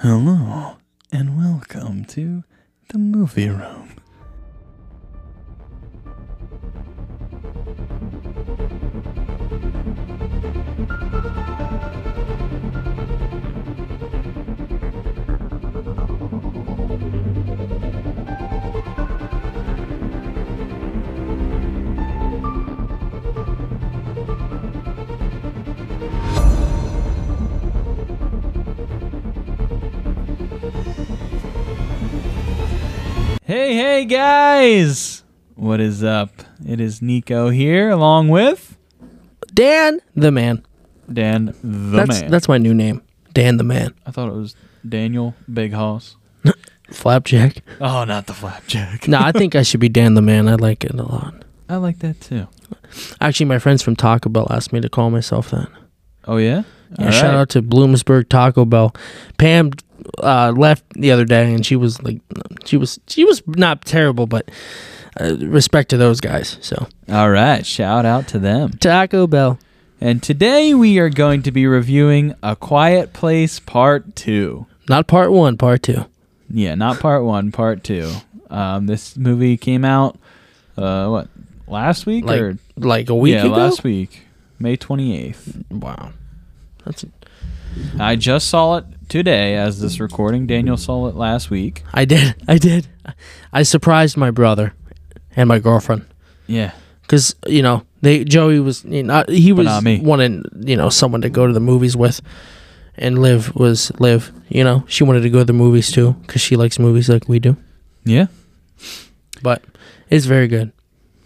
Hello, and welcome to the movie room. Hey, hey, guys! What is up? It is Nico here, along with Dan the Man. Dan the that's Man. that's my new name. Dan the Man. I thought it was Daniel Big Hoss. Flapjack. Oh, not the flapjack. no, I think I should be Dan the Man. I like it a lot. I like that too. Actually, my friends from Taco Bell asked me to call myself that. Oh yeah. Yeah, All shout right. out to Bloomsburg Taco Bell. Pam uh, left the other day, and she was like, she was she was not terrible, but uh, respect to those guys. So All right. Shout out to them. Taco Bell. And today we are going to be reviewing A Quiet Place Part Two. Not part one, part two. Yeah, not part one, part two. Um, this movie came out, uh, what, last week Like or like a week yeah, ago. last week, May twenty eighth. Wow, that's I just saw it today as this recording. Daniel saw it last week. I did. I did. I surprised my brother and my girlfriend Yeah, because you know they Joey was you know, he was not me. wanting you know someone to go to the movies with, and Liv was Liv. You know she wanted to go to the movies too because she likes movies like we do. yeah, But it's very good.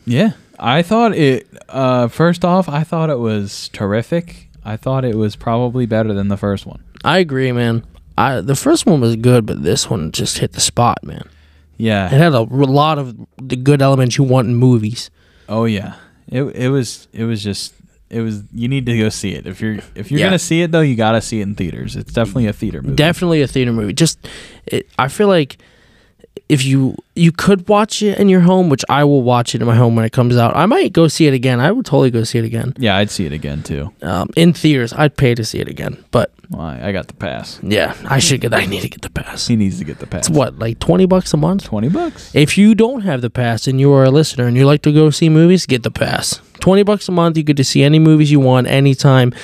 yeah. I thought it. Uh, first off, I thought it was terrific. I thought it was probably better than the first one. I agree, man. I the first one was good, but this one just hit the spot, man. It Yeah. had a r- lot of the good elements you want in movies. Oh yeah. It it was it was just it was you need to go see it if you're if you're Yeah. gonna see it though you gotta see it in theaters. It's definitely a theater movie. Definitely a theater movie. Just, it, I feel like if you you could watch it in your home, which I will watch it in my home when it comes out. I might go see it again. I would totally go see it again yeah, I'd see it again too. um, in theaters. I'd pay to see it again. But Well, I, I got the pass. yeah, I should get. I need to get the pass. He needs to get the pass. It's what like twenty bucks a month. Twenty bucks. If you don't have the pass and you are a listener and you like to go see movies, get the pass. Twenty bucks a month, you get to see any movies you want anytime.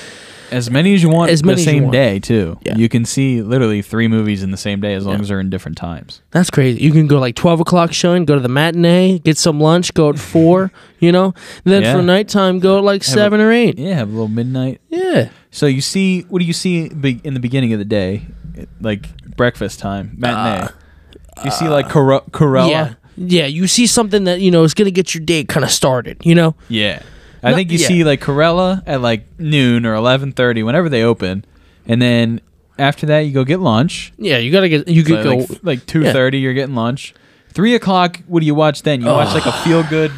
As many as you want As many the as you same want. day too. Yeah. You can see literally three movies in the same day as long as they're in different times. That's crazy. You can go like twelve o'clock showing, go to the matinee, get some lunch, go at four, you know. Then Yeah. for nighttime, go at like Have a- seven or eight. Yeah, have a little midnight. Yeah, So you see what do you see be- in the beginning of the day, like breakfast time, matinee. you see like Cor- Corella. Uh, yeah, yeah. You see something that you know is gonna get your day kind of started. You know, Yeah. I No, think you yeah. see like Corella at like noon or 11:30 whenever they open. And then after that you go get lunch. yeah. You gotta get. You could Like, go. like, 2:30 you're getting lunch. 3 o'clock what do you watch then? You watch like a feel good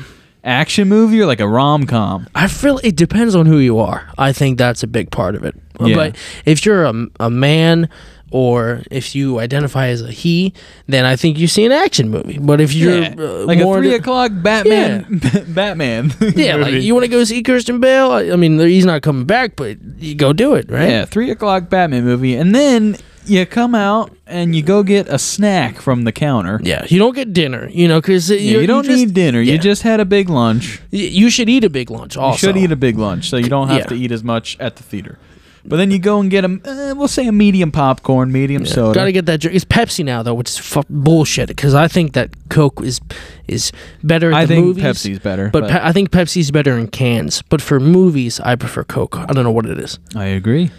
action movie or like a rom-com. I feel it depends on who you are. I think that's a big part of it. Yeah. But if you're a, a man or if you identify as a he, then I think you see an action movie. But if you're Yeah. uh, like a more 3 o'clock Batman Batman. Yeah, like movie. you want to go see Kirsten Bale? I I mean, he's not coming back, but you go do it, right? Yeah, three o'clock Batman movie, and then you come out and you go get a snack from the counter. Yeah, you don't get dinner, you know, because Yeah, you don't need dinner. You just had a big lunch. you should eat a big lunch. Also, You should eat a big lunch, so you don't have Yeah. to eat as much at the theater. But then you go and get a, uh, we'll say a medium popcorn, medium soda. Gotta get that drink. It's Pepsi now though, which is fu- bullshit. Because I think that Coke is is better. At I the think movies, Pepsi's better, but, but- Pe- I think Pepsi's better in cans. But for movies, I prefer Coke. I don't know what it is. I agree.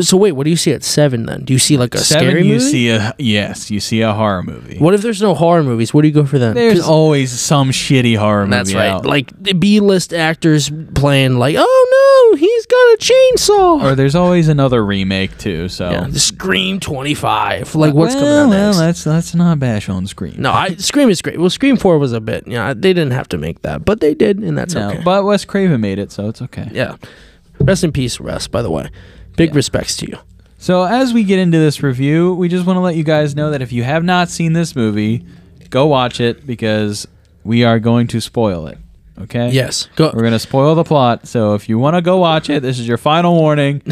So wait, what do you see at seven then? Do you see like a Seven, scary you movie? see a yes, you see a horror movie. what if there's no horror movies? Where do you go for them? There's always some shitty horror That's movie right. out. Like the B-list actors playing like, "Oh no, he's got a chainsaw." or there's always another remake too. So uh, yeah, the Scream 25. Like what's well, coming out well, next? let's let's not bash on screen. no, I, Scream is great. Well, Scream 4 was a bit. Yeah, they didn't have to make that, but they did and that's No, okay. but Wes Craven made it, so it's okay. yeah. Rest in peace, Russ, by the way. Big respects to you. So as we get into this review, we just want to let you guys know that if you have not seen this movie, go watch it because we are going to spoil it. Okay? Yes. Go We're going to spoil the plot. So if you want to go watch it, this is your final warning.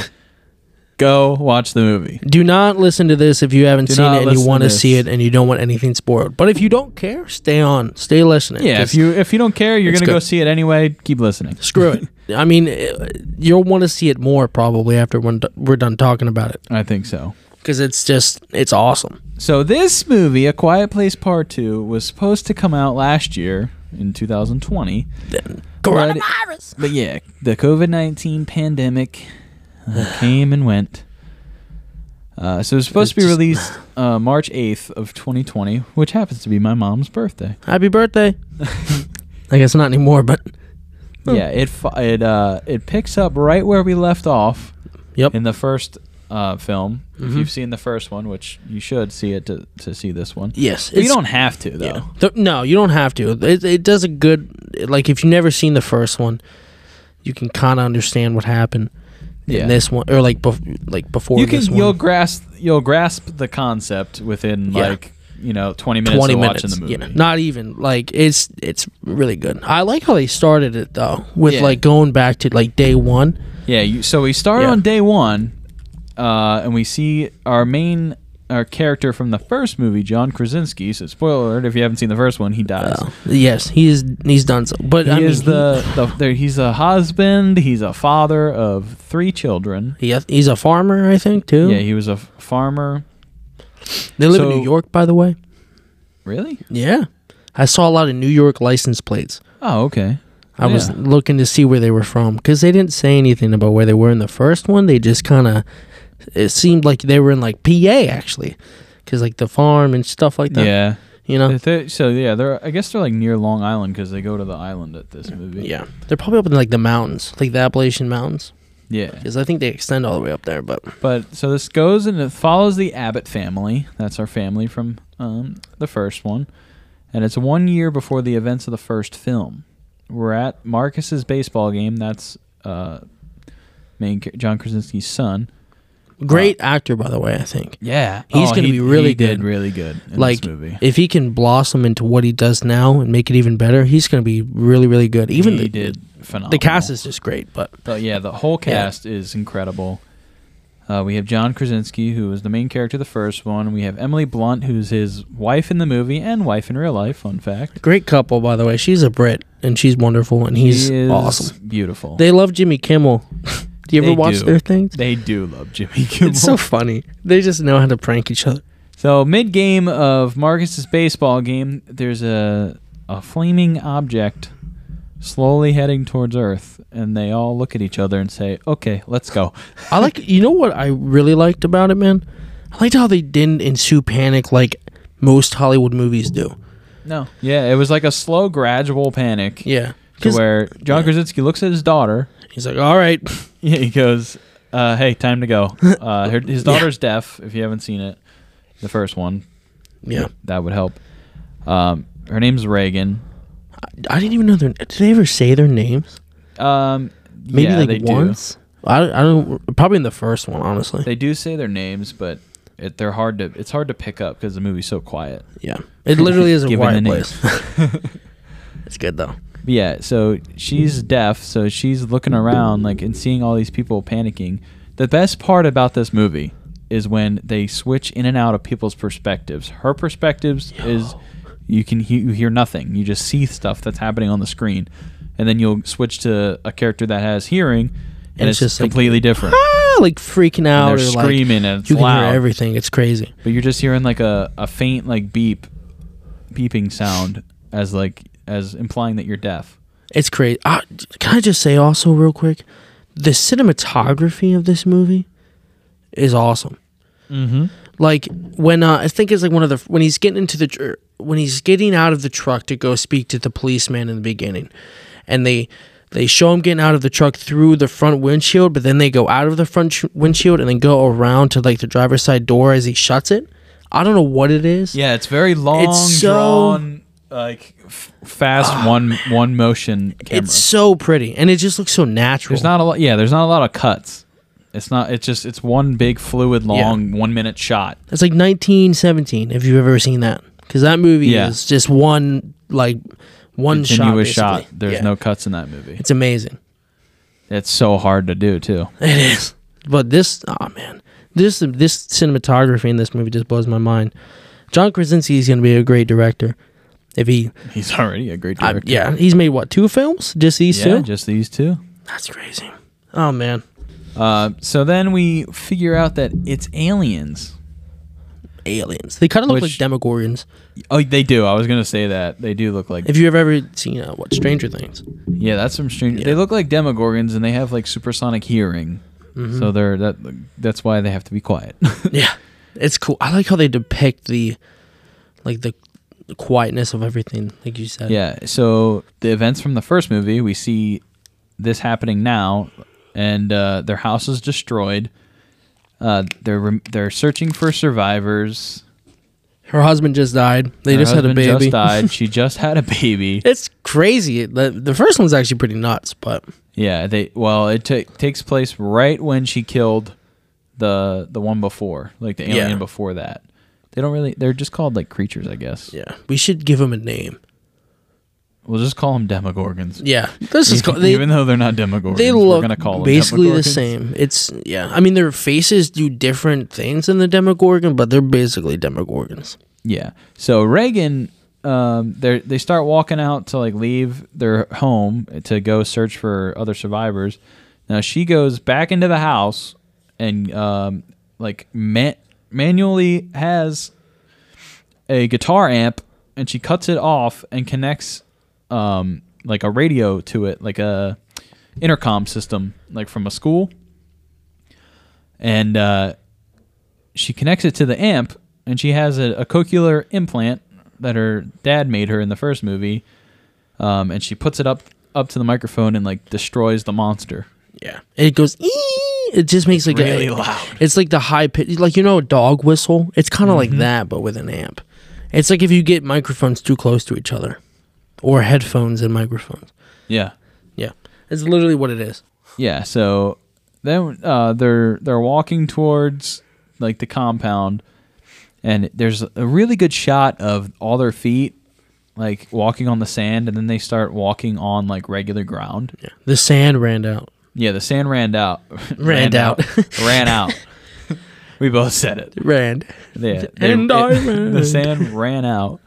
Go watch the movie. Do not listen to this if you haven't Do seen not it and listen you to want to this. see it and you don't want anything spoiled. But if you don't care, stay on, stay listening. Yeah, 'cause if you if you don't care, you're It's gonna go good. see it anyway. Keep listening. screw it. I mean, uh, you'll want to see it more probably after when d- we're done talking about it I think so. because it's just it's awesome. So this movie, A Quiet Place Part Two, was supposed to come out last year in 2020, But- Coronavirus. but yeah, the COVID 19 pandemic uh, came and went. Uh, so it was supposed to be It's just- released uh, March 8th of 2020, which happens to be my mom's birthday. Happy birthday. I guess not anymore, but Hmm. Yeah, it fo- it uh, it picks up right where we left off yep. in the first uh, film. If Mhm. you've seen the first one, which you should see it to, to see this one. yes, But you it's- don't have to though. Yeah. Th- no, you don't have to. It, it does a good like if you've never seen the first one, you can kind of understand what happened Yeah. in this one or like bef- like before you can this you'll one. grasp you'll grasp the concept within Yeah. like you know 20 minutes 20 of minutes. watching the movie. Yeah, not even like it's it's really good. I like how they started it though with Yeah. like going back to like day 1. Yeah, you, so we start Yeah. on day one, uh, and we see our main our character from the first movie, John Krasinski. So, spoiler alert: if you haven't seen the first one, he dies. Uh, yes, he is he's done so. But He I mean, is the, the there, he's a husband. He's a father of three children. he, he's a farmer, I think, too. Yeah, he was a f- farmer. they live in so- New York, by the way. Really? Yeah. I saw a lot of New York license plates. Oh, okay. I was Yeah. looking to see where they were from because they didn't say anything about where they were in the first one. They just kind of it seemed like they were in like PA actually, because like the farm and stuff like that. yeah. you know. They- so yeah, they're I guess they're like near Long Island because they go to the island at this movie. Yeah, they're probably up in like the mountains, like the Appalachian Mountains, Yeah. because I think they extend all the way up there. But But so this goes and it follows the Abbott family. That's our family from um, the first one, and it's one year before the events of the first film. We're at Marcus's baseball game. That's uh, main ca- John Krasinski's son. great actor, by the way, I think. Yeah, He's gonna he- be really he did good. really good in Like, this movie. if he can blossom into what he does now and make it even better, he's going to be really, really good. Even he the did phenomenal. the cast is just great. But But yeah, the whole Yeah. cast is incredible. Uh, we have John Krasinski, who is the main character of the first one. We have Emily Blunt, who's his wife in the movie and wife in real life. Fun fact. great couple, by the way. She's a Brit and she's wonderful and he's He is awesome. Beautiful. They, They love Jimmy Kimmel. do you ever They watch do. their things? do love Jimmy Kimmel. It's so funny. They just know how to prank each other. so mid game of Marcus's baseball game, there's a a flaming object slowly heading towards Earth, and they all look at each other and say, "Okay, let's go." I like you know what I really liked about it, man? I liked how they didn't ensue panic like most Hollywood movies do. No. Yeah, it was like a slow, gradual panic. Yeah. To 'Cause where John yeah. Krasinski looks at his daughter. he's like, All right. Yeah, he goes, uh, "Hey, time to go." Uh, her, his daughter's deaf. If you haven't seen it, the first one, Yeah. that would help. Um, her name's Reagan. I didn't even know their did they ever say their names? Um, Maybe yeah, they like do. once? I, I don't probably in the first one, honestly. They do say their names, but it, they're hard to. It's hard to pick up because the movie's so quiet. yeah. It literally is a Given the quiet name. place. it's good though. But yeah, so she's deaf, so she's looking around like and seeing all these people panicking. The best part about this movie is when they switch in and out of people's perspectives. Her perspectives is you can he- you hear nothing. You just see stuff that's happening on the screen, and then you'll switch to a character that has hearing, and, it's, just like, completely different. Ah, like freaking out they're or like, screaming and it's you can loud. hear everything. It's crazy. But you're just hearing like a, a faint like beep beeping sound as like as implying that you're deaf. It's crazy. Uh, can I just say also real quick, the cinematography of this movie is awesome. Mm-hmm. Like when uh, I think it's like one of the when he's getting into the tr- when he's getting out of the truck to go speak to the policeman in the beginning, and they they show him getting out of the truck through the front windshield, but then they go out of the front sh- windshield and then go around to like the driver's side door as he shuts it. I don't know what it is. Yeah, it's very long, so- Ah, drawn, like f- fast one one motion camera. It's so pretty, and it just looks so natural. there's not a lot. Yeah, there's not a lot of cuts. It's not. It's just. It's one big fluid, long, one minute shot. It's like 1917, if you've ever seen that. Because that movie Yeah. is just one, like, one shot. Continuous basically. shot. There's Yeah. no cuts in that movie. It's amazing. It's so hard to do too. It is. But this, oh man, this this cinematography in this movie just blows my mind. John Krasinski is going to be a great director. If he, He's already a great I- director. yeah, he's made what two films? Just these yeah, two? just these two. That's crazy. Oh man, Uh, so then we figure out that it's aliens. aliens. They kind of look Which- like Demogorgons. Oh, they do. I was gonna say that they do look like. If you've ever seen uh, what Stranger Things, yeah, that's some strange. Yeah. They look like Demogorgons, and they have like supersonic hearing. Mm-hmm. So they're that. That's why they have to be quiet. yeah, it's cool. I like how they depict the, like the, the quietness of everything, like you said. yeah. So the events from the first movie, we see this happening now, and uh, their house is destroyed. Uh, they're rem- they're searching for survivors. Her husband just died. They Her just had a husband baby. Just died. she just had a baby. It's crazy. The, the first one's actually pretty nuts, but Yeah, they well, it ta takes place right when she killed the the one before, like the alien Yeah. before that. They don't really. They're just called like creatures, I guess. yeah, we should give them a name. We'll just call them Demogorgons. Yeah, this is even, co- they even though they're not Demogorgons, they we're look gonna call them basically the Demogorgons. same. It's yeah. I mean, their faces do different things than the Demogorgon, but they're basically Demogorgons. Yeah. So Reagan, um, they they start walking out to like leave their home to go search for other survivors. Now she goes back into the house and um, like man- manually has a guitar amp and she cuts it off and connects um, like a radio to it, like a intercom system, like from a school. And uh, she connects it to the amp and she has a, a cochlear implant that her dad made her in the first movie um, and she puts it up up to the microphone and like destroys the monster Yeah, it goes. "Ee!" It just makes like really a, loud. It's like the high pitch, like you know, a dog whistle. It's kind of Mm-hmm. like that, but with an amp. It's like if you get microphones too close to each other, or headphones and microphones. yeah Yeah, it's literally what it is. yeah so then uh, they're they're walking towards like the compound and there's a really good shot of all their feet like walking on the sand and then they start walking on like regular ground Yeah, the sand ran out. yeah the sand ran out Ran out. ran out we both said it Ran. Yeah, they- it- And I the ran. sand ran out,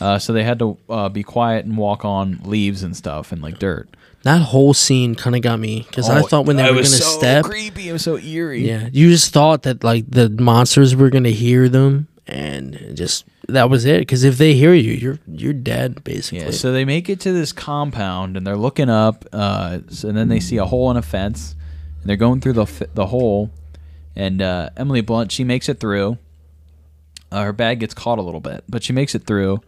uh, so they had to uh, be quiet and walk on leaves and stuff and like dirt. That whole scene kind of got me because I Oh, thought when they it were gonna was so step, creepy. It was so eerie. yeah, you just thought that like the monsters were gonna hear them, and it just that was it. Because if they hear you, you're you're dead basically. Yeah, so they make it to this compound and they're looking up, uh, s- and then they see a hole in a fence, and they're going through the f- the hole, and uh, Emily Blunt she makes it through. Uh, her bag gets caught a little bit, but she makes it through,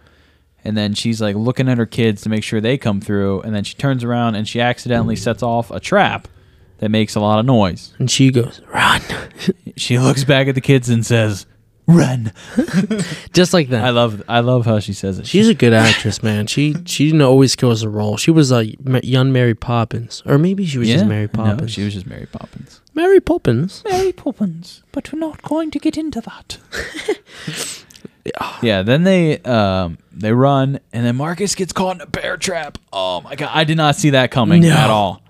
and then she's like looking at her kids to make sure they come through, and then she turns around and she accidentally sets off a trap that makes a lot of noise. and she goes run, She looks back at the kids and says, "Run!" just like that. I love I love how she says it. She's a good actress, man. She she didn't always kills a role. She was a m- young Mary Poppins, or maybe she was just Mary no, Poppins. she was just Mary Poppins. Mary Poppins. Mary Poppins, but we're not going to get into that. yeah, then they um, they run, and then Marcus gets caught in a bear trap. Oh my god, I did not see that coming No. at all.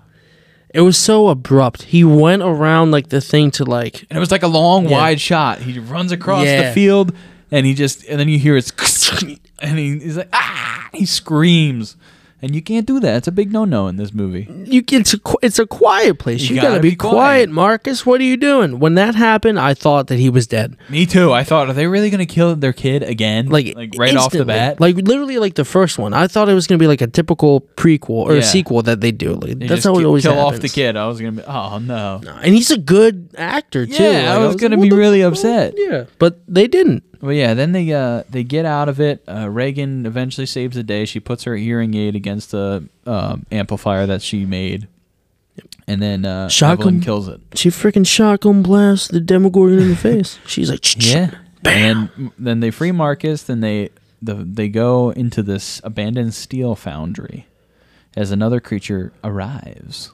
It was so abrupt. He went around like the thing to like And it was like a long, Yeah. wide shot. He runs across Yeah. the field, and he just and then you hear it's and he, he's like ah, he screams, and you can't do that. It's a big no no in this movie. you. It's a qu- it's a quiet place. You, gotta, be, quiet. Marcus. What are you doing? When that happened, I thought that he was dead. Me too. I thought, are they really gonna kill their kid again? Like, like right off the instantly. bat. Like literally, like the first one. I thought it was gonna be like a typical prequel or Yeah. a sequel that they do. Like They just that's how it ki- always kill happens. off the kid. I was gonna be oh no. And he's a good actor too. Yeah, I Like, was gonna what be the really upset. Yeah, but they didn't. Well, yeah. Then they uh, they get out of it. Uh, Reagan eventually saves the day. She puts her hearing aid against the um, amplifier that she made, and then uh, Shock Evelyn 'em. kills it. She freaking shotgun blasts the Demogorgon in the face. She's like, Yeah. And then, then they free Marcus. Then they the, they go into this abandoned steel foundry as another creature arrives.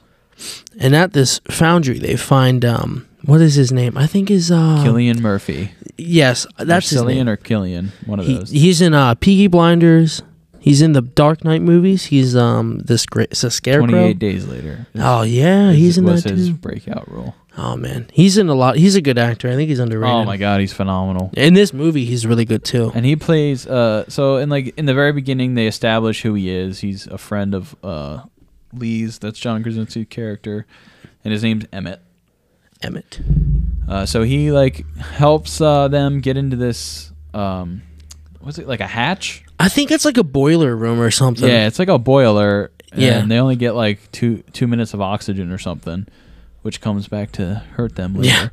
And at this foundry, they find um, what is his name? I think is uh, Killian Murphy. yes, that's his Cillian name. or Killian. One of He, those. he's in uh, Peaky Blinders. He's in the Dark Knight movies. He's um this great it's a Twenty scarecrow. eight days later. is- Oh yeah, is- he's in was that his too. breakout role. Oh man, he's in a lot. He's a good actor. I think he's underrated. Oh my god, he's phenomenal. In this movie, he's really good too. And he plays uh so in like in the very beginning they establish who he is. He's a friend of uh Lee's, that's John Krasinski's character, and his name's Emmett. Emmett. Uh, so he like helps uh, them get into this um was it like a hatch? I think it's like a boiler room or something. Yeah, it's like a boiler and Yeah. they only get like 2 2 minutes of oxygen or something, which comes back to hurt them Yeah. later.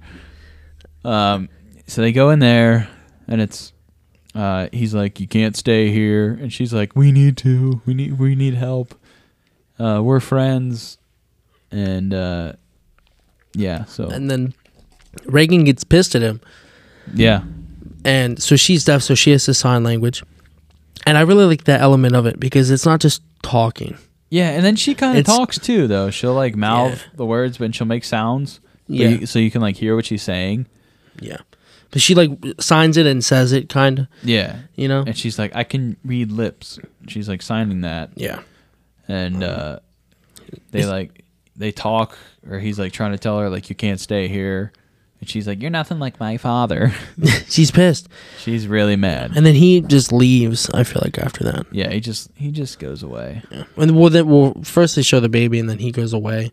Um so they go in there and it's uh he's like you can't stay here and she's like we need to. We need we need help. Uh we're friends and uh yeah, so And then Reagan gets pissed at him, yeah. and so she's deaf, so she has to sign language. And I really like that element of it because it's not just talking. Yeah, and then she kind of It's- talks too, though. She'll like mouth the words, but she'll make sounds. but Yeah. you- so you can like hear what she's saying. Yeah, but she like signs it and says it, kind of. Yeah. You know. And she's like, I can read lips. She's like signing that, Yeah. and uh, they like they talk, or he's like trying to tell her like you can't stay here, and she's like, you're nothing like my father. She's pissed. she's really mad. And then he just leaves, I feel like, after that. Yeah, he just he just goes away. And well, then, well, first they show the baby, and then he goes away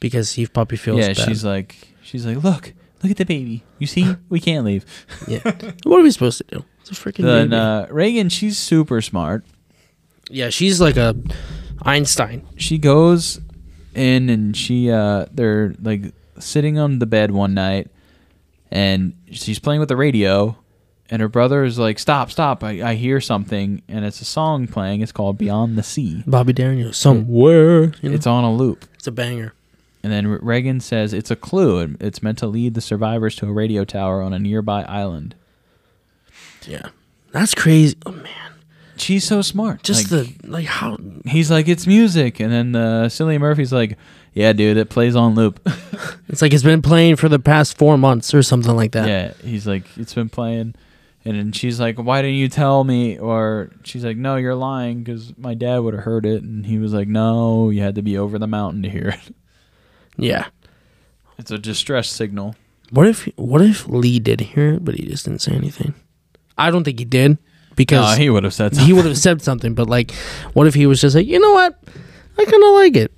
because he puppy feels yeah, bad. she's like she's like, look, look at the baby. You see, we can't leave. yeah. What are we supposed to do? It's a freaking Then baby. uh, Reagan, she's super smart. yeah, she's like a Einstein. she goes in and she uh they're like sitting on the bed one night and she's playing with the radio and her brother is like stop stop I, I hear something and it's a song playing it's called beyond the sea Bobby Darin, somewhere. you know? it's on a loop It's a banger. and then Re- reagan says it's a clue and it's meant to lead the survivors to a radio tower on a nearby island Yeah. That's crazy. Oh, man. she's so smart Just like, the, like, how. he's like it's music and then uh, silly murphy's like yeah dude it plays on loop It's like it's been playing for the past four months or something like that. Yeah, he's like, it's been playing. And then she's like, why didn't you tell me? Or she's like, no, you're lying because my dad would have heard it. And he was like, no, you had to be over the mountain to hear it. Yeah. It's a distress signal. What if, what if Lee did hear it, but he just didn't say anything? I don't think he did because. No, Uh, he would have said he something. would have said something, but like, what if he was just like, you know what? I kind of like it.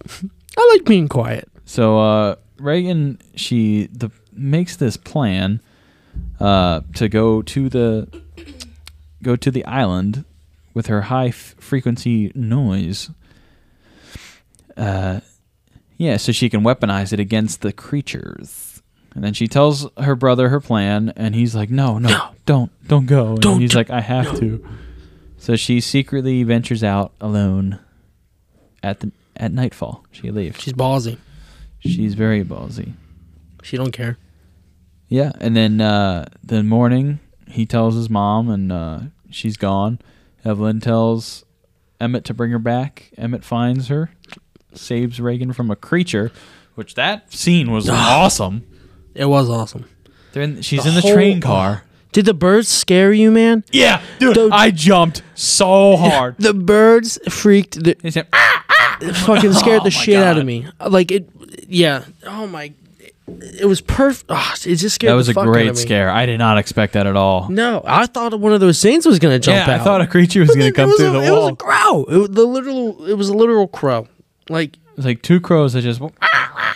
I like being quiet. So uh, Reagan, she the, makes this plan uh, to go to the go to the island with her high f- frequency noise. Uh, yeah, so she can weaponize it against the creatures. And then she tells her brother her plan, and he's like, "No, no, No. don't, don't go." And Don't. he's like, "I have to." So she secretly ventures out alone. At the at nightfall, she leaves. She's ballsy. She's very ballsy. She don't care. Yeah, and then uh, the morning he tells his mom, and uh, she's gone. Evelyn tells Emmett to bring her back. Emmett finds her, saves Reagan from a creature, which that scene was awesome. It was awesome. They're in, she's Ah. The in the whole- train car. Did the birds scare you, man? Yeah, dude, The- I jumped so hard. The birds freaked. The, He said, "Ah!" it fucking scared Oh my the shit out of God. me. Like it. Yeah. Oh my. It was perfect. it just scared. That was the a fuck out great of me. scare. I did not expect that at all. No, I thought one of those saints was gonna jump Yeah, out. I thought a creature was But going to it come was through a- the It was wall. a crow. It, was the literal. It was a literal crow. Like It was like two crows that just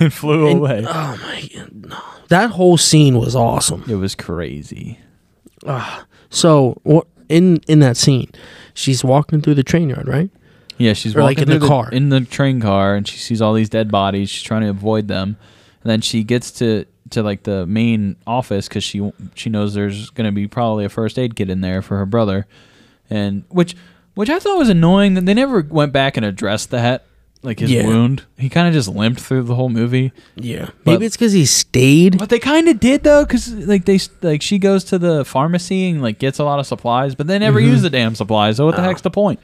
and flew away. Oh my god. no. That whole scene was awesome. It was crazy. So, what in in that scene, she's walking through the train yard, right? Yeah, she's Or, like, walking in the through car. in the train car, and she sees all these dead bodies. She's trying to avoid them, and then she gets to to like the main office because she she knows there's gonna be probably a first aid kit in there for her brother, and which which I thought was annoying that they never went back and addressed that like his Yeah. wound. He kind of just limped through the whole movie. Yeah. But- Maybe it's cuz he stayed. But they kind of did though, because like they like she goes to the pharmacy and like gets a lot of supplies, but they Mm-hmm. never use the damn supplies. So what Oh. the heck's the point?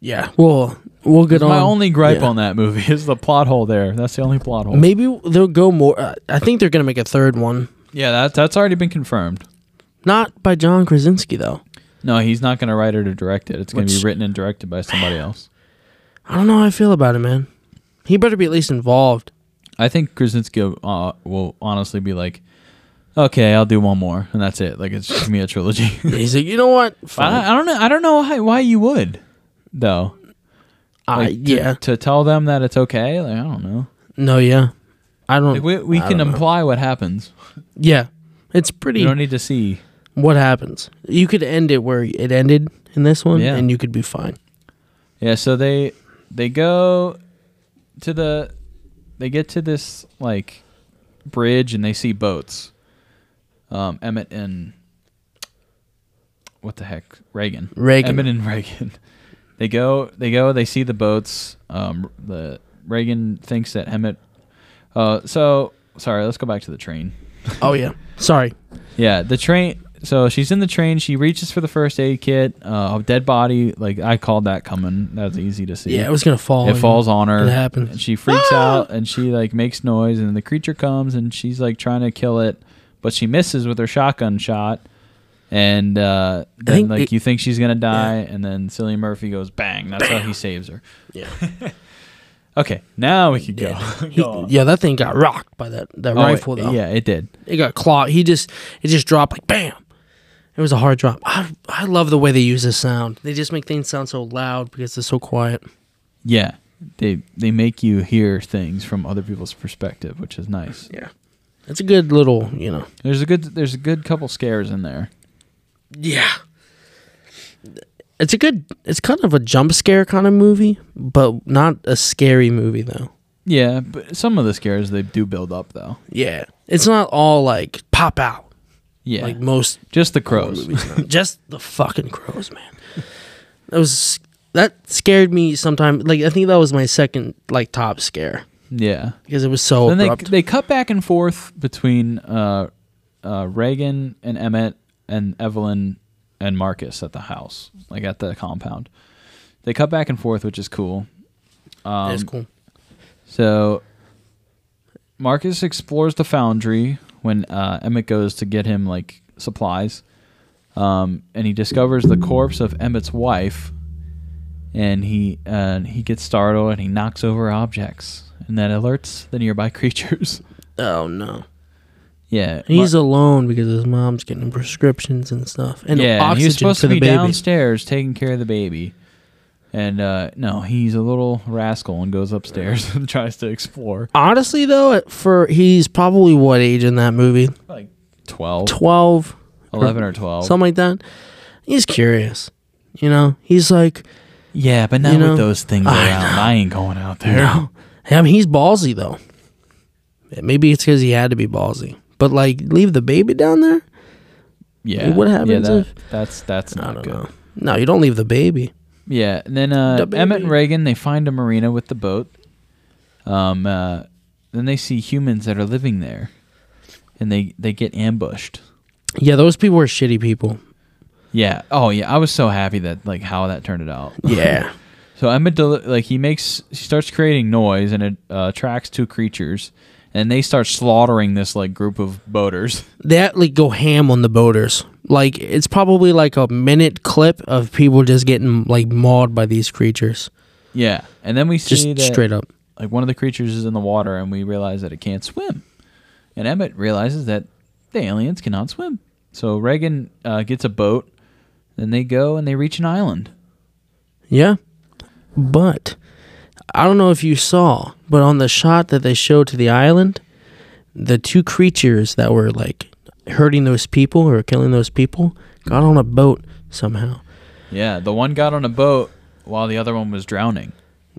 Yeah. Well, we'll get on. My only gripe yeah. on that movie is the plot hole there. That's the only plot hole. Maybe they'll go more uh, I think they're going to make a third one. yeah, that, that's already been confirmed. Not by John Krasinski though. No, he's not going to write it or direct it. It's going to be Which- written and directed by somebody else. I don't know how I feel about it, man. He better be at least involved. I I think Krasinski will, uh, will honestly be like, okay, I'll do one more, and that's it. Like it's just gonna be a trilogy. And he's like, you know what? Fine. I, I don't know. I don't know how, why you would, though. I, Like, to- yeah. To, tell them that it's okay, like I don't know. No, yeah. I don't. Like, we we I can don't know. imply what happens. Yeah. It's pretty. You don't need to see. what happens? You could end it where it ended in this one, Yeah. and you could be fine. Yeah. So they they go to the they get to this like bridge and they see boats. Um, Emmett and what the heck, Reagan. Reagan. Emmett and Reagan. They go. They go. They see the boats. Um, the Reagan thinks that Emmett. Uh, so sorry. Let's go back to the train. oh yeah. Sorry. Yeah, the train. So she's in the train. She reaches for the first aid kit. Uh, a dead body. Like I called that coming. That was easy to see. Yeah, it was gonna fall. It falls on her. It happens. Ah! And she freaks out and she like makes noise and the creature comes and she's like trying to kill it, but she misses with her shotgun shot. And uh, then think like it- you think she's gonna die, and then Cillian Murphy goes bang. That's how he saves her. Yeah. Okay, now we could go. He- yeah, that thing got rocked by that that Oh, rifle though. yeah, it did. It got clawed. He just it just dropped like bam. It was a hard drop. I I love the way they use the sound. They just make things sound so loud because they're so quiet. Yeah, they they make you hear things from other people's perspective, which is nice. Yeah. It's a good little, you know. There's a good there's a good couple scares in there. Yeah. It's a good it's kind of a jump scare kind of movie, but not a scary movie though. Yeah, but some of the scares they do build up though. Yeah. It's not all like pop out Yeah, like most just the horror crows. movies now. Just the fucking crows, man. That was that scared me sometimes. Like I think that was my second like top scare Yeah. because it was so Then they abrupt. they cut back and forth between uh, uh, Reagan and Emmett and Evelyn and Marcus at the house, like at the compound. They cut back and forth, which is cool. That was Um, cool. So Marcus explores the foundry when uh, Emmett goes to get him like supplies, um, and he discovers the corpse of Emmett's wife, and he uh, he gets startled and he knocks over objects, and that alerts the nearby creatures. Oh no, yeah, And he's Mar- alone because his mom's getting prescriptions and stuff and yeah, and oxygen he was supposed to for the be baby. downstairs taking care of the baby. And uh, no, he's a little rascal and goes upstairs and tries to explore. Honestly though, at- for he's probably what age in that movie? Like 12, 12, 11 or 12. something like that. He's curious. You know, he's like, Yeah, but not You know? with those things I around. I ain't going out there. No. I mean, he's ballsy, though. Maybe it's because he had to be ballsy. But, like, leave the baby down there? Yeah. What yeah, happens that- if- that's that's I not don't good. know. No, you don't leave the baby. Yeah, and then uh, The Emmett and baby. Reagan they find a marina with the boat. Um, uh, then they see humans that are living there, and they they get ambushed. Yeah, those people are shitty people. Yeah. Oh yeah, I was so happy that like how that turned it out. Yeah. So Emmett deli- like he makes he starts creating noise and it uh, attracts two creatures, and they start slaughtering this like group of boaters. that, like, go ham on the boaters. Like, it's probably like a minute clip of people just getting, like, mauled by these creatures. Yeah, and then we Just see that straight up. like one of the creatures is in the water and we realize that it can't swim and emmett realizes that the aliens cannot swim so reagan uh, gets a boat then they go and they reach an island Yeah. But I don't know if you saw, but on the shot that they showed to the island, the two creatures that were like hurting those people or killing those people got on a boat somehow. yeah the one got on a boat while the other one was drowning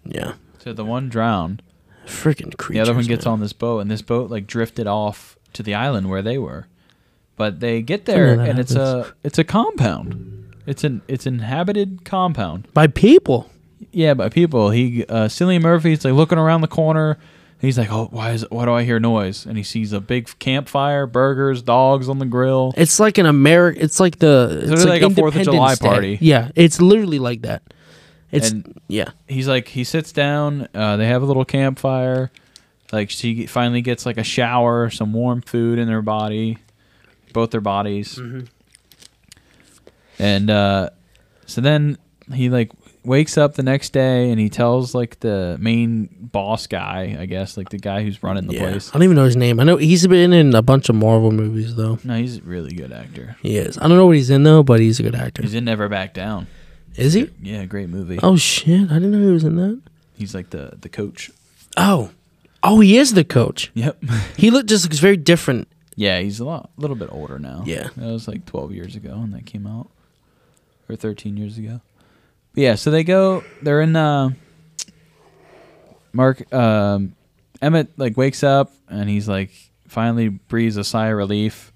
Yeah. so the one drowned Freaking the creatures. other one gets man. on this boat and this boat like drifted off to the island where they were but they get know there that and it's happens. a it's a compound it's an it's inhabited compound by people. Yeah, by people. He uh Cillian Murphy's like looking around the corner. He's like, "Oh, why is why do I hear noise?" And he sees a big campfire, burgers, dogs on the grill. It's like an American. It's like the. It's, like a Fourth of Independence July Day. party. Yeah, it's literally like that. It's And- yeah. He's like, he sits down. Uh, they have a little campfire. Like she finally gets like a shower, some warm food in their body, both their bodies. And uh, so then he like wakes up the next day and he tells like the main boss guy, I guess, like the guy who's running the Yeah. place. I don't even know his name. I know he's been in a bunch of Marvel movies though. No, he's a really good actor. He is. I don't know what he's in though, but he's a good actor. He's in Never Back Down. Is he? Yeah, great movie. Oh shit! I didn't know he was in that. He's like the the coach. Oh, oh, he is the coach. Yep. He look just looks very different. yeah, he's a lot, little bit older now. Yeah. that was like twelve years ago when that came out, or thirteen years ago. But yeah, so they go. They're in. Uh, Mark um, Emmett like wakes up and he's like finally breathes a sigh of relief,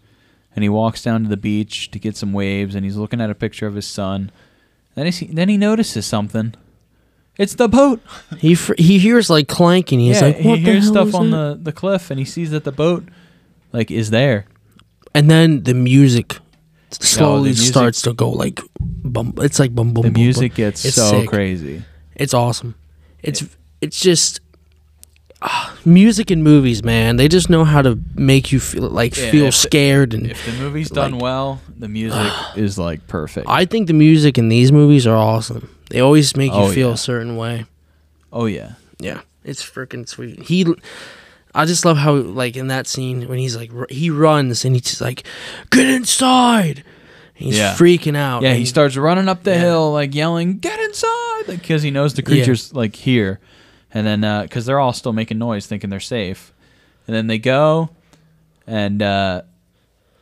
and he walks down to the beach to get some waves, and he's looking at a picture of his son. Then he see- then he notices something. It's the boat. He fr- he hears like clanking. He's like, what he the hears hell stuff is on that?" the, the cliff and he sees that the boat like is there. And then the music slowly Oh, music- starts to go like, bum. It's like bum bum. The bum, bum. music gets It's so sick. crazy. It's awesome. It's it's just ah, music and movies, man. They just know how to make you feel like Yeah, feel if- scared and. If the movie's done Like- well, the music is like perfect. I think the music in these movies are awesome. They always make you Oh, feel yeah. a certain way. oh yeah. Yeah, it's freaking sweet. He, I just love how like in that scene when he's like r- he runs and he's just like, get inside. And he's Yeah. freaking out. Yeah, and he starts running up the Yeah. hill like yelling, "Get inside!" like cuz he knows the creature's like here. And then uh cuz they're all still making noise thinking they're safe. And then they go and uh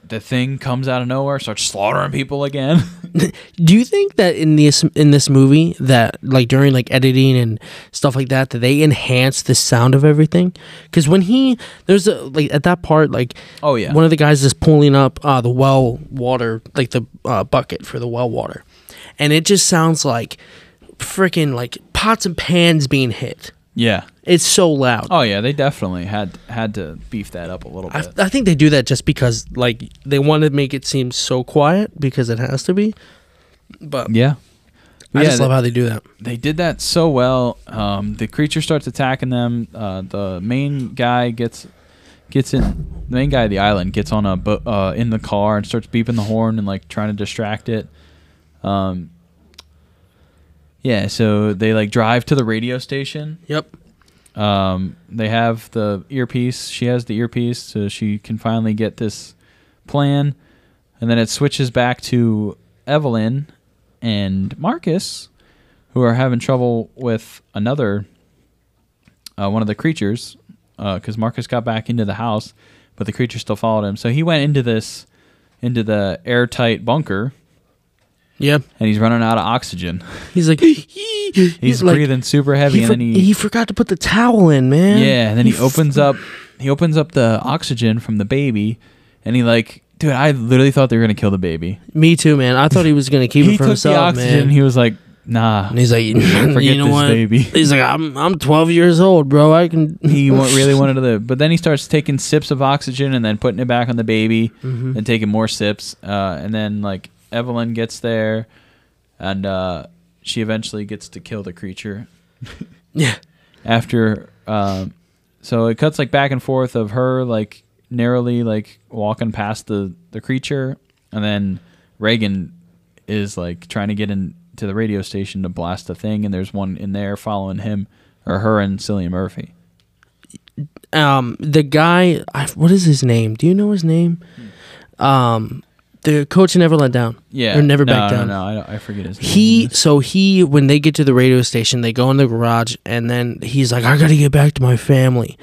the thing comes out of nowhere, starts slaughtering people again. Do you think that in this in this movie that like during like editing and stuff like that that they enhance the sound of everything? Because when he there's a like at that part like Oh, yeah. one of the guys is pulling up uh, the well water like the uh, bucket for the well water, and it just sounds like freaking like pots and pans being hit. yeah. It's so loud. Oh yeah, they definitely had had to beef that up a little I, bit. I think they do that just because like they want to make it seem so quiet because it has to be. But Yeah. I yeah, just love how they do that. they did that so well. Um, the creature starts attacking them. Uh, the main guy gets gets in. The main guy of the island gets on a bo- uh, in the car and starts beeping the horn and like trying to distract it. Um, yeah, so they like drive to the radio station. Yep. Um, they have the earpiece. She has the earpiece, so she can finally get this plan. And then it switches back to Evelyn and Marcus, who are having trouble with another uh, one of the creatures, because Marcus got back into the house, but the creature still followed him. So he went into this into the airtight bunker, Yeah. and he's running out of oxygen. He's like, he's, He's, like, breathing super heavy, He, and for- then he he forgot to put the towel in, man. Yeah, and then he f- opens up he opens up the oxygen from the baby and he like dude, I literally thought they were gonna kill the baby. Me too, man. I thought he was gonna keep he it for took himself, the oxygen man. and he was like, nah. and he's like, Forget you know this what? baby." He's like, I'm I'm 12 years old, bro. I can. He wa- really wanted to live. But then he starts taking sips of oxygen and then putting it back on the baby Mm-hmm. and taking more sips. Uh, and then like Evelyn gets there and uh, she eventually gets to kill the creature yeah. after um so it cuts like back and forth of her like narrowly like walking past the the creature and then reagan is like trying to get in to the radio station to blast the thing and there's one in there following him or her and cillian murphy Um, the guy, I, what is his name? Do you know his name? Um, the coach never let down. yeah Or never no, back no, down. no I, don't- I forget his name He so he when they get to the radio station, they go in the garage and then he's like, I gotta get back to my family.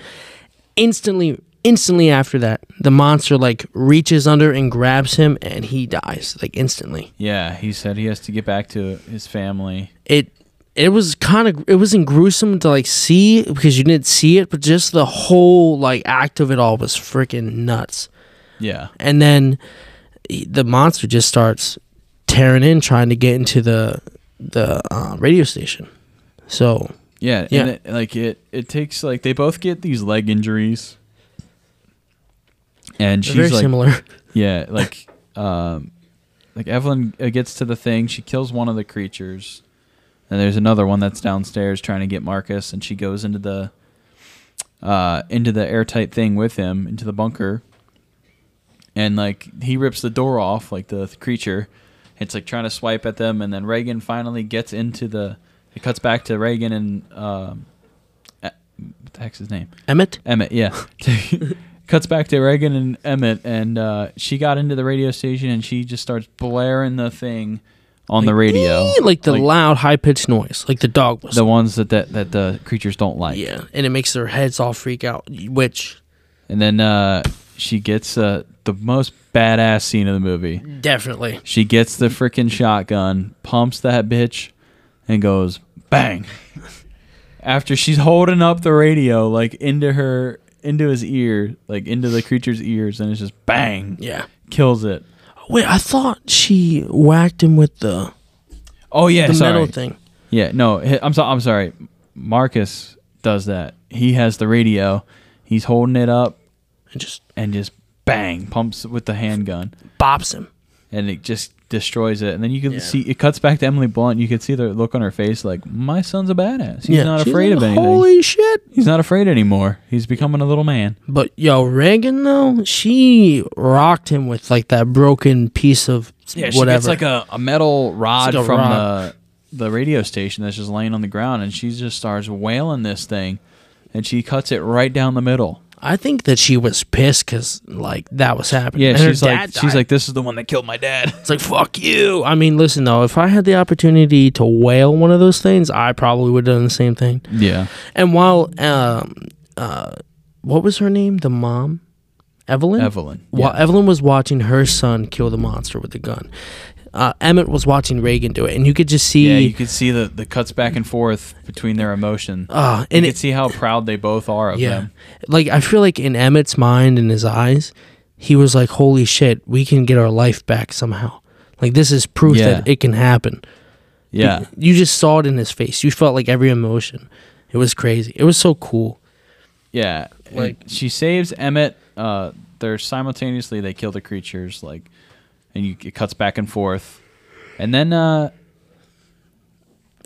Instantly instantly after that, the monster like reaches under and grabs him and he dies, like instantly. yeah he said he has to get back to his family It it was kind of it wasn't gruesome to like see because you didn't see it, but just the whole like act of it all was freaking nuts. yeah and then he- the monster just starts tearing in trying to get into the the uh, radio station so Yeah, Yeah. And it, like it, it takes like they both get these leg injuries, and they're she's very like, similar yeah, like, um, like Evelyn uh, gets to the thing, she kills one of the creatures, and there's another one that's downstairs trying to get Marcus, and she goes into the, uh, into the airtight thing with him into the bunker, and like he rips the door off like the th- creature, it's like trying to swipe at them, and then Reagan finally gets into the It cuts back to Reagan and um, E- what the heck's his name? Emmett? Emmett, yeah. Cuts back to Reagan and Emmett, and uh, she got into the radio station and she just starts blaring the thing on the radio, Eh, Like the like loud, high pitched noise, like the dog the whistle. ones that, that that the creatures don't like. yeah, and it makes their heads all freak out, which And then uh, she gets uh, the most badass scene of the movie. definitely. She gets the freaking shotgun, pumps that bitch, and goes bang. After she's holding up the radio like into her into his ear, like into the creature's ears, and it's just bang, Yeah. kills it. Wait, I thought she whacked him with the, Oh yeah, the sorry. metal thing. Yeah, no, hi- I'm so, I'm sorry. Marcus does that. He has the radio. He's holding it up and just and just bang pumps it with the handgun, bops him. and it just destroys it. And then you can Yeah. see it cuts back to Emily Blunt. You can see the look on her face, like my son's a badass. He's Yeah, not she's afraid like, of anything. Holy shit! He's not afraid anymore. He's becoming a little man. But yo, Reagan though, she rocked him with like that broken piece of whatever. like a, a metal rod like a from rod. the the radio station that's just laying on the ground, and she just starts wailing this thing, and she cuts it right down the middle. I think that she was pissed because like that was happening. Yeah, And her she's like, dad she's died. like, this is the one that killed my dad. it's like fuck you. I mean, listen though, if I had the opportunity to whale one of those things, I probably would have done the same thing. Yeah, And while um uh, what was her name? The mom, Evelyn. Evelyn. While Evelyn was watching her son kill the monster with the gun, uh, Emmett was watching Reagan do it, and you could just see yeah, you could see the the cuts back and forth between their emotion. Uh, you and could it's see how proud they both are of yeah, them. like I feel like in Emmett's mind and his eyes, he was like, "Holy shit, we can get our life back somehow." Like this is proof that Yeah. it can happen. Yeah, You just saw it in his face. You felt like every emotion. It was crazy. It was so cool. yeah. And Like- she saves Emmett. Uh, they're simultaneously they kill the creatures like, and you, it cuts back and forth, and then uh,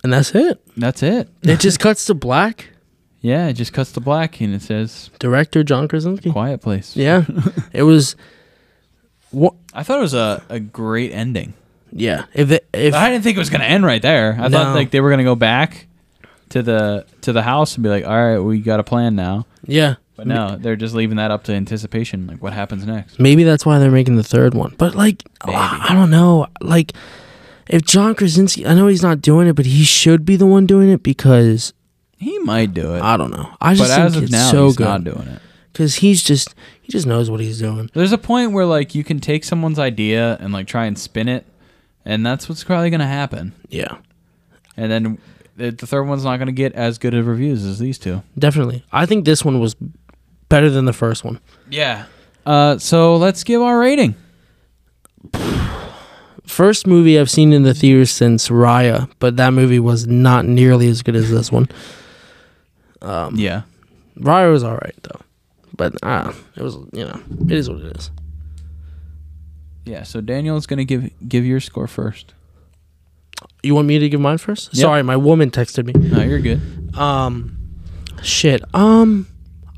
And that's it. that's it. It just cuts to black. Yeah, it just cuts to black and it says Director John Krasinski. "Quiet Place." Yeah, it was. What? I thought it was a, a great ending. Yeah. If it, if I didn't think it was gonna end right there. I No. thought like they were gonna go back to the to the house and be like, "All right, we got a plan now." yeah. But no, they're just leaving that up to anticipation, like what happens next. Maybe that's why they're making the third one. But like, I I don't know. Like, if John Krasinski, I know he's not doing it, but he should be the one doing it because He might do it, I don't know. I just but think as of it's now, so he's not good doing it. because he's just he just knows what he's doing. There's a point where like you can take someone's idea and like try and spin it, and that's what's probably gonna happen. Yeah, And then the the third one's not gonna get as good of reviews as these two. definitely. I think this one was better than the first one. Yeah. Uh, so let's give our rating. First movie I've seen in the theaters since Raya, but that movie was not nearly as good as this one. Um, Yeah. Raya was all right though, but uh, it was you know it is what it is. Yeah. So Daniel's gonna give give your score first. You want me to give mine first? Yep. Sorry, my woman texted me. No, you're good. Um, shit. Um,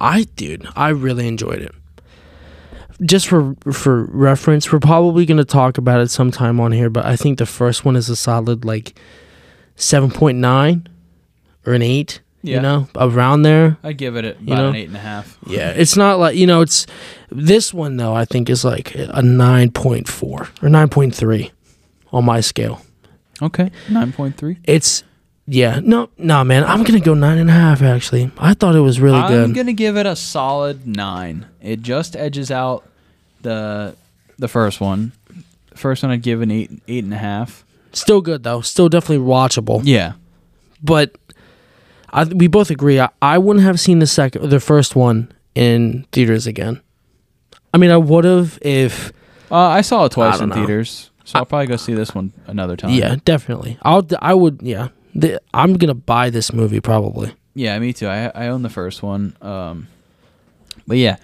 I dude, I really enjoyed it. Just for for reference, we're probably gonna talk about it sometime on here, but I think the first one is a solid like seven point nine or an eight. Yeah. You know, around there. I'd give it about know? an eight and a half. Yeah, it's not like you know, it's this one though. I think is like a nine point four or nine point three on my scale. Okay. Nine point three. It's yeah, no, no, man. I'm gonna go nine and a half. Actually, I thought it was really good. I'm gonna give it a solid nine. It just edges out the the first one. The first one I'd give an eight eight and a half. Still good though. Still definitely watchable. Yeah. But I, we both agree. I, I wouldn't have seen the second, the first one in theaters again. I mean, I would have if Uh, I saw it I twice don't in know. theaters, so I'll probably go see this one another time. yeah, definitely. I'll d- I would yeah. The, I'm gonna buy this movie probably. Yeah, me too. I I own the first one. Um, but yeah,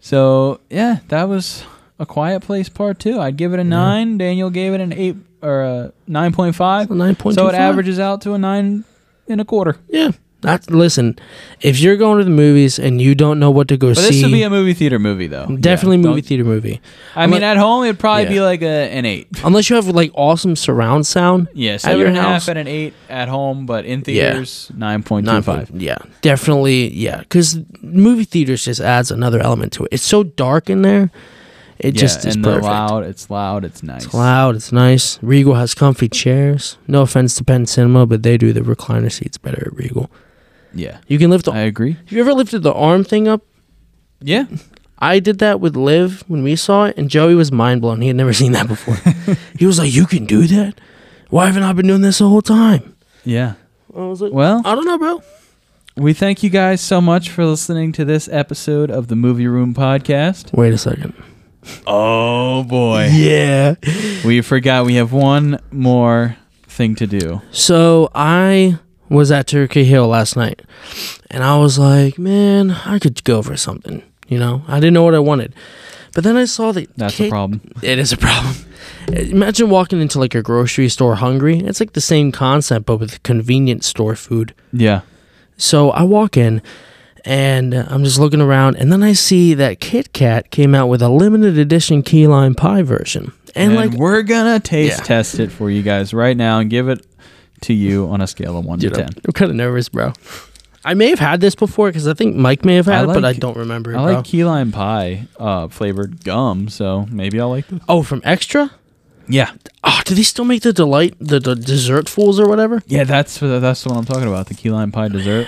so yeah, that was a Quiet Place Part Two. I'd give it a nine. Daniel gave it an eight or a nine point five. Nine point So it averages out to a nine and a quarter. Yeah, Not listen. If you're going to the movies and you don't know what to go But see, this would be a movie theater movie, though. definitely Yeah, movie don't- theater movie. I mean, at home it'd probably be Yeah. like a, an eight. Unless you have like awesome surround sound. Yeah, at seven your and a half house. at an eight at home, but in theaters nine point two Not five. Yeah, definitely. Yeah, because movie theaters just adds another element to it. It's so dark in there. It Yeah, just is and perfect. they're loud. It's loud. It's nice. It's loud. It's nice. Regal has comfy chairs. No offense to Penn Cinema, but they do the recliner seats better at Regal. Yeah, You can lift the. I agree. have you ever lifted the arm thing up? Yeah, I did that with Liv when we saw it, and Joey was mind blown. He had never seen that before. he was like, "You can do that? Why haven't I been doing this the whole time?" yeah. I was like, Well, "I don't know, bro." we thank you guys so much for listening to this episode of the Movie Room Podcast. Wait a second. Oh boy, Yeah. we forgot we have one more thing to do. So I was at Turkey Hill last night, and I was like, "Man, I could go for something." You know, I didn't know what I wanted, but then I saw that That's Kate- a problem. It is a problem. Imagine walking into like a grocery store hungry. It's like the same concept, but with convenience store food. Yeah. So I walk in and I'm just looking around, and then I see that Kit Kat came out with a limited edition key lime pie version. And, And, like, we're gonna taste Yeah. test it for you guys right now and give it to you on a scale of one dude, to I'm, ten. kind of nervous, bro. I may have had this before because I think Mike may have I had it, but I like- don't remember it, I bro. like key lime pie uh, flavored gum, so maybe I'll like this. oh, from Extra? Yeah, Oh, do they still make the delight, the, the dessert fools or whatever? yeah, that's that's the one I'm talking about. The key lime pie dessert,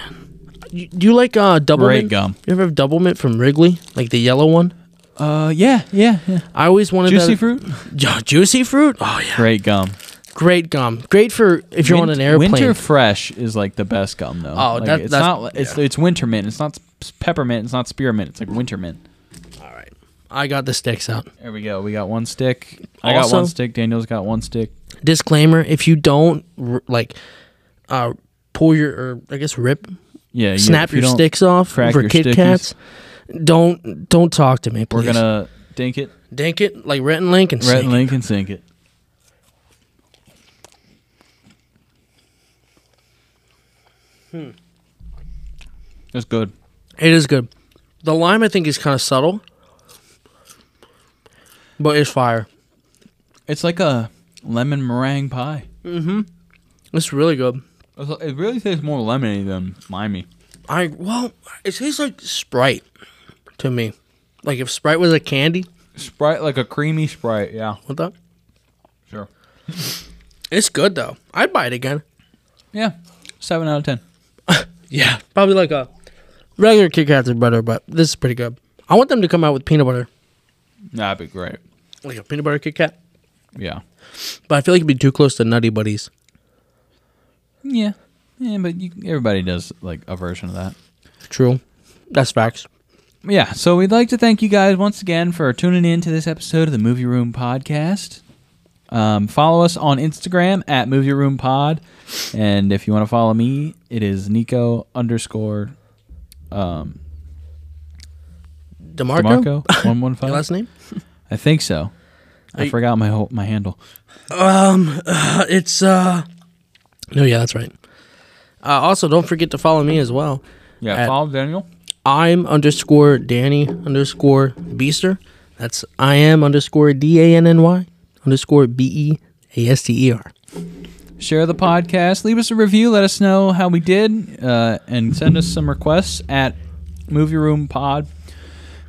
You, do you like uh, double great mint? gum. You ever have double mint from Wrigley, like the yellow one? Uh, yeah, yeah, yeah. I always wanted Juicy that. fruit, Yeah, juicy fruit. Oh yeah, great gum. great gum. Great for if you're on Win- an airplane. Winter fresh is like the best gum though. Oh, Like, that- it's that's- not. It's it's winter mint. It's not s- peppermint. It's not spearmint. It's like winter mint. All right, I got the sticks out. There we go. We got one stick. I got Also- one stick. Daniel's got one stick. Disclaimer: If you don't r- like, uh, pull your or I guess rip, Yeah, you- snap if you your don't- sticks off crack for your Kit stickies. Kats. Don't don't talk to me. We're Please. gonna dink it, dink it like Rhett and Lincoln. Rhett say. and Link and sink it. Hmm. That's good. It is good. The lime I think is kind of subtle, but it's fire. It's like a lemon meringue pie. It's really good. It's like- It really tastes more lemony than limey. I well, it tastes like Sprite to me. Like if Sprite was a candy, Sprite, like a creamy Sprite. Yeah, what the? sure. It's good though. I'd buy it again. Yeah, seven out of ten. Yeah, probably like a regular Kit Kats are better, but this is pretty good. I want them to come out with peanut butter, That'd be great. like a peanut butter Kit Kat. Yeah. But I feel like it'd be too close to Nutty Buddies. Yeah. Yeah, but you, everybody does like a version of that. True, that's facts. Yeah, so we'd like to thank you guys once again for tuning in to this episode of the Movie Room Podcast. Um, follow us on Instagram at Movie Room Pod, and if you want to follow me, it is Nico underscore Demarco, Marco one one your five. last name? I think so. I Hey. forgot my whole, my handle. Uh, it's uh. No, yeah, that's right. Uh, also, don't forget to follow me as well. Yeah, At- follow Daniel. I'm underscore Danny underscore Beaster. That's I am underscore D A N N Y underscore B E A S T E R. Share the podcast. Leave us a review. Let us know how we did, uh, and send us some requests at Movie Room Pod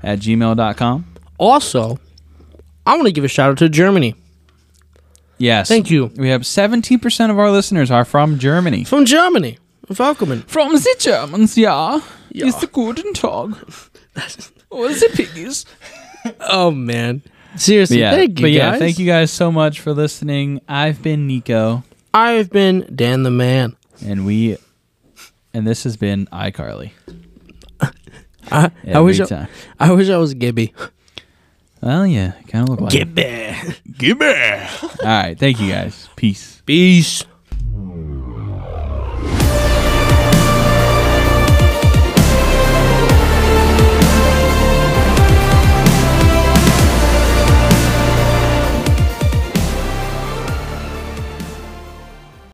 at gmail.com. Also, I want to give a shout out to Germany Yes. Thank you. We have 17% of our listeners are from Germany. from Germany, Falcoman. From the Germans, yeah. Ja. Ist der Guten Tag. Or the piggies. Oh man, seriously, Yeah. thank you but guys. yeah, thank you guys so much for listening. I've been Nico, I've been Dan the man. and we, and this has been iCarly. I, I Every wish I, time. I wish I was Gibby. Well, yeah, kind of look like it. Gibby. Gibby. All right. Thank you guys. Peace. Peace.